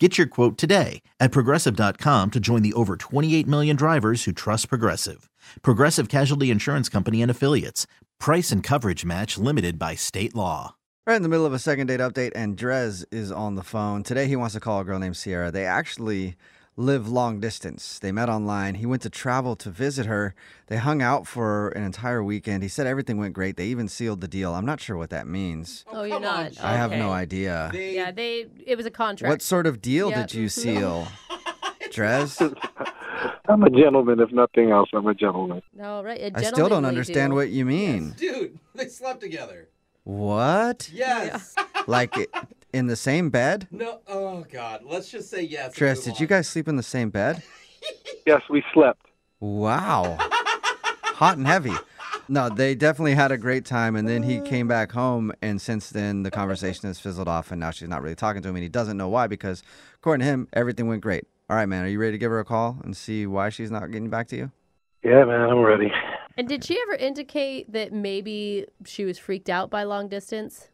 Get your quote today at progressive.com to join the over 28 million drivers who trust Progressive. Progressive Casualty Insurance Company and Affiliates. Price and coverage match limited by state law. Right in the middle of a second date update, and Drez is on the phone. Today, he wants to call a girl named Sierra. They actually live long distance. They met online. He went to travel to visit her. They hung out for an entire weekend. He said everything went great. They even sealed the deal. I'm not sure what that means. Oh, you're not. I have no Okay. idea. Yeah, they. It was a contract. What sort of deal Yeah. did you seal, Drez? I'm a gentleman, if nothing else. I'm a gentleman. No, right. a I still don't gentlemanly understand deal. what you mean. Dude, they slept together. What? Yes. Like i- in the same bed? No. Oh God. Let's just say yes. and Drez, move did on. you guys sleep in the same bed? Yes, we slept. Wow. Hot and heavy. No, they definitely had a great time. And then he came back home. And since then, the conversation has fizzled off. And now she's not really talking to him. And he doesn't know why because, according to him, everything went great. All right, man, are you ready to give her a call and see why she's not getting back to you? Yeah, man, I'm ready. And did she ever indicate that maybe she was freaked out by long distance?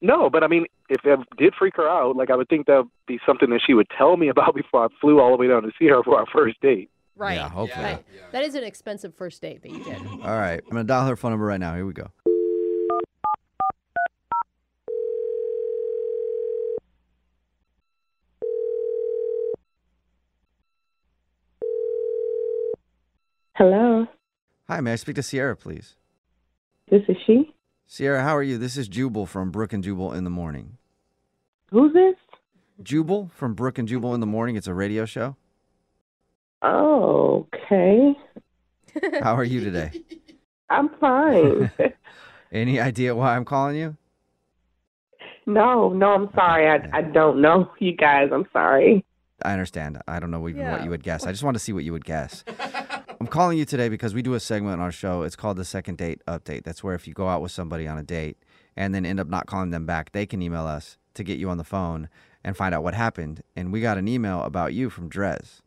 No, but I mean, if it did freak her out, like I would think that would be something that she would tell me about before I flew all the way down to see her for our first date. Right. Yeah, hopefully. Right. That is an expensive first date that you did. All right, I'm going to dial her phone number right now. Here we go. Hello, Hi, may I speak to Sierra, please? this is she. Sierra, how are you? This is Jubal from Brook and Jubal in the Morning. Who's this? Jubal from Brook and Jubal in the Morning. It's a radio show. Oh, okay. How are you today? I'm fine. Any idea why I'm calling you? no, no, I'm sorry. I, I don't know you guys. I'm sorry. I understand. I don't know even what Yeah. you would guess. I just want to see what you would guess. I'm calling you today because we do a segment on our show. It's called the Second Date Update. That's where if you go out with somebody on a date and then end up not calling them back, they can email us to get you on the phone and find out what happened. And we got an email about you from Drez.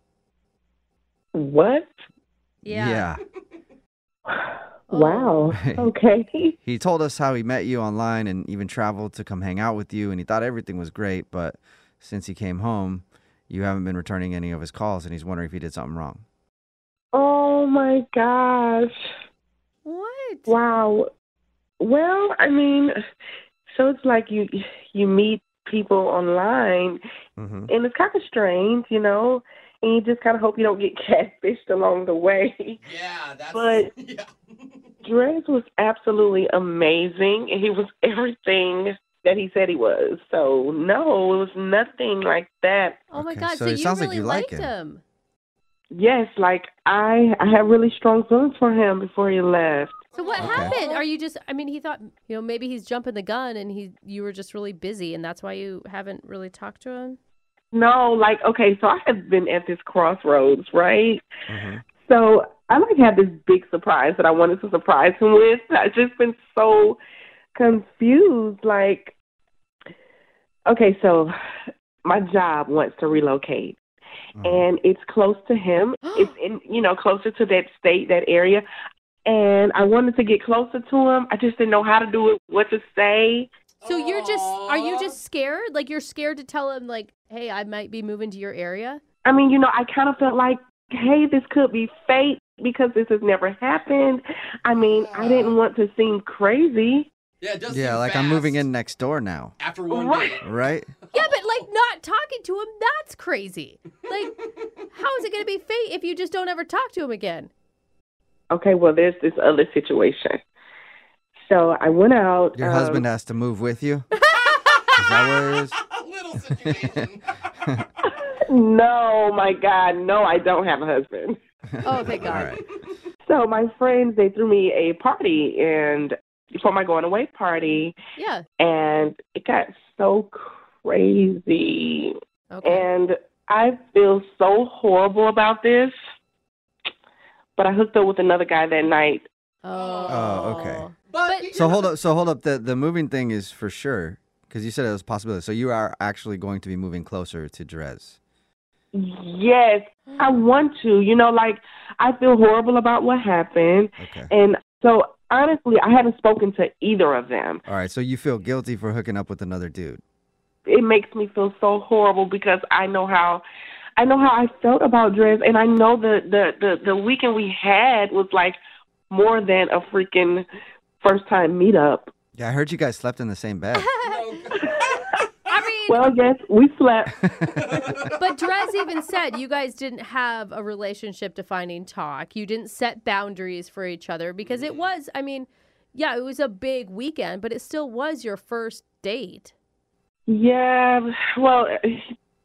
What? Yeah. Oh. Wow. Okay. He told us how he met you online and even traveled to come hang out with you. And he thought everything was great. But since he came home, you haven't been returning any of his calls. And he's wondering if he did something wrong. Oh my gosh. What? Wow. Well, I mean, so it's like you you meet people online, Mm-hmm. and it's kind of strange, you know. And you just kind of hope you don't get catfished along the way. Yeah. That's. But- yeah. Drez was absolutely amazing. He was everything that he said he was. So no, it was nothing like that. Oh my Okay, God! so So, it you sounds like really you like liked him. him. Yes, like I I had really strong feelings for him before he left. So what Okay. happened? Are you just? I mean, he thought you know maybe he's jumping the gun and he you were just really busy and that's why you haven't really talked to him. No, like okay, so I have been at this crossroads, right? Mm-hmm. So I like had this big surprise that I wanted to surprise him with. I've just been so confused. Like, okay, so my job wants to relocate. Mm-hmm. and it's close to him. it's in you know closer to that state, that area. And I wanted to get closer to him. I just didn't know how to do it, what to say. So you're just are you Aw. just scared? Like you're scared to tell him like, hey, I might be moving to your area. I mean, you know, I kind of felt like, hey, this could be fate because this has never happened. I mean, I didn't want to seem crazy. Yeah. It does Yeah, seem like I'm moving fast in next door now, after one Right. date. right? Yeah, but like not talking to him, that's crazy. Like, how is it going to be fate if you just don't ever talk to him again? Okay, well, there's this other situation. So I went out. Your um, husband has to move with you. Is that what it is? A little situation. No, my God, no, I don't have a husband. Oh, thank God. All right. So my friends, they threw me a party and for my going away party Yeah. and it got so crazy. Okay. And I feel so horrible about this. But I hooked up with another guy that night Oh. Oh, okay. But, But- you So know, hold up. So hold up. The the moving thing is for sure because you said it was a possibility. So you are actually going to be moving closer to Jerez. Yes, I want to. You know, like I feel horrible about what happened, Okay. and so honestly, I haven't spoken to either of them. All right. So you feel guilty for hooking up with another dude. It makes me feel so horrible because I know how. I know how I felt about Drez, and I know the, the, the, the weekend we had was like more than a freaking first time meetup. Yeah, I heard you guys slept in the same bed. no, I mean, Well, yes, we slept. but Drez even said you guys didn't have a relationship defining talk. You didn't set boundaries for each other because Mm. it was, I mean, yeah, it was a big weekend, but it still was your first date. Yeah, well,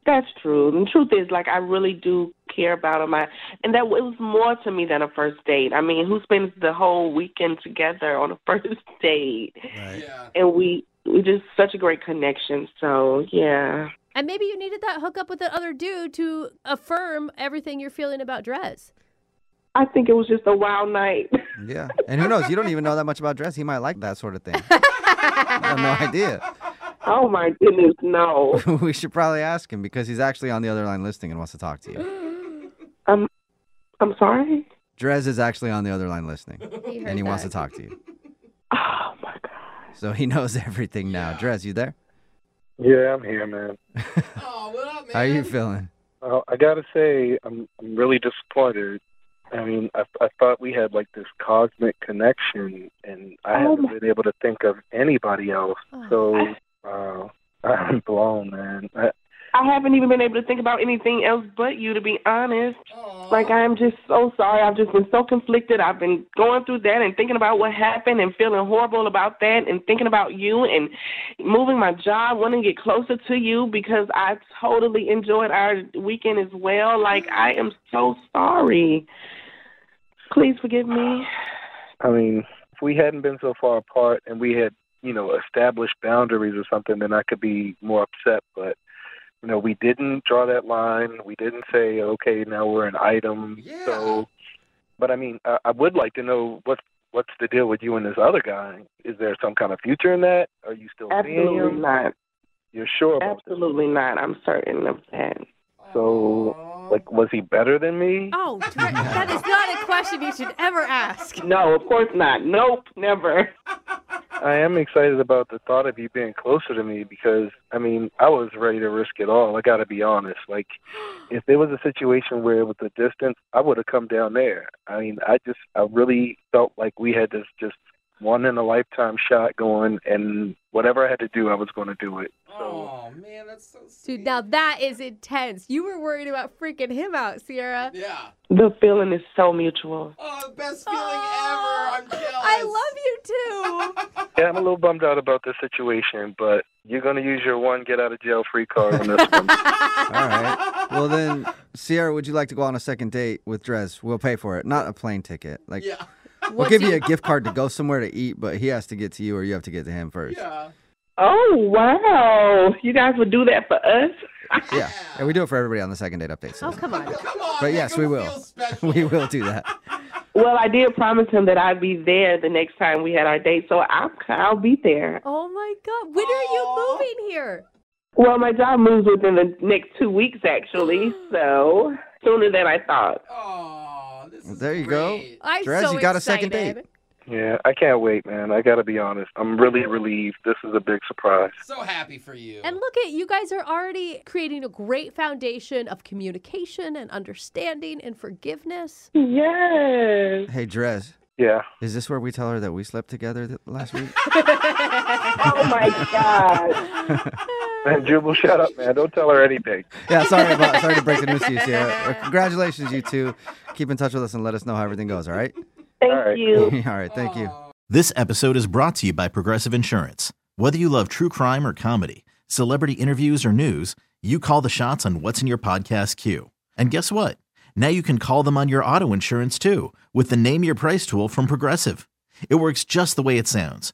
that's true. The truth is, like, I really do care about him. I, and that it was more to me than a first date. I mean, who spends the whole weekend together on a first date? Right. yeah. And we we just such a great connection. So yeah, And maybe you needed that hookup with the other dude to affirm everything you're feeling about Drez. I think it was just a wild night. Yeah. And who knows? You don't even know that much about dress. He might like that sort of thing. I have no idea. oh my goodness, no. we should probably ask him because he's actually on the other line listening and wants to talk to you. I'm sorry. Drez is actually on the other line listening He heard and he wants to that. talk to you. Oh my god. So he knows everything now. Drez, you there? Yeah, I'm here, man. Oh, what up, man? How are you feeling? Uh, I gotta say, I'm, I'm really disappointed. I mean, I, I thought we had like this cosmic connection, and I Oh haven't my- been able to think of anybody else. So uh, I'm blown, man. I, I haven't even been able to think about anything else but you, to be honest. Like, I'm just so sorry. I've just been so conflicted. I've been going through that and thinking about what happened and feeling horrible about that and thinking about you and moving my job, wanting to get closer to you because I totally enjoyed our weekend as well. Like, I am so sorry. Please forgive me. I mean, if we hadn't been so far apart, and we had, you know, established boundaries or something, then I could be more upset. But you know, we didn't draw that line. We didn't say, okay, now we're an item. Yeah. So, but I mean, I, I would like to know what's what's the deal with you and this other guy? Is there some kind of future in that? Are you still seeing Absolutely him? not. You're sure about this? Absolutely not. I'm certain of that. So, like, was he better than me? Oh, Dre- that is not a question you should ever ask. No, of course not. Nope, never. I am excited about the thought of you being closer to me because I mean I was ready to risk it all. I got to be honest. Like if there was a situation where it was a distance, I would have come down there. I mean I just I really felt like we had this just one in a lifetime shot going, and whatever I had to do, I was going to do it. So Oh, man, that's so sweet. Dude, now that is intense. You were worried about freaking him out, Sierra. Yeah. The feeling is so mutual. Oh, the best feeling Oh, ever. I'm jealous. I love you too. yeah, I'm a little bummed out about this situation, but you're going to use your one get out of jail free card on this one. All right. Well, then, Sierra, would you like to go on a second date with Drez? We'll pay for it. Not a plane ticket. Like, Yeah. we'll What's give you your- a gift card to go somewhere to eat, but he has to get to you or you have to get to him first. Yeah. Oh wow! You guys would do that for us? Yeah. And we do it for everybody on the second date update. So Oh, come on. Come on. But make yes, him we will. feel special. we will do that. Well, I did promise him that I'd be there the next time we had our date, so I'm, I'll be there. Oh my God. When Aw. are you moving here? Well, my job moves within the next two weeks, actually, so sooner than I thought. Oh, this is There you go. great. I'm Drez, so you got a excited. second date. yeah, I can't wait, man. I got to be honest. I'm really relieved. This is a big surprise. So happy for you. And look at you guys are already creating a great foundation of communication and understanding and forgiveness. Yes. Hey, Drez, Yeah. is this where we tell her that we slept together th- last week? Oh my God! Man, Jubal, shut up, man. Don't tell her anything. yeah, sorry about, sorry to break the news to you, Sierra. Well, Congratulations, you two. Keep in touch with us and let us know how everything goes. All right. Thank All right. all you. right. Thank you. This episode is brought to you by Progressive Insurance. Whether you love true crime or comedy, celebrity interviews or news, you call the shots on what's in your podcast queue. And guess what? Now you can call them on your auto insurance too with the Name Your Price tool from Progressive. It works just the way it sounds.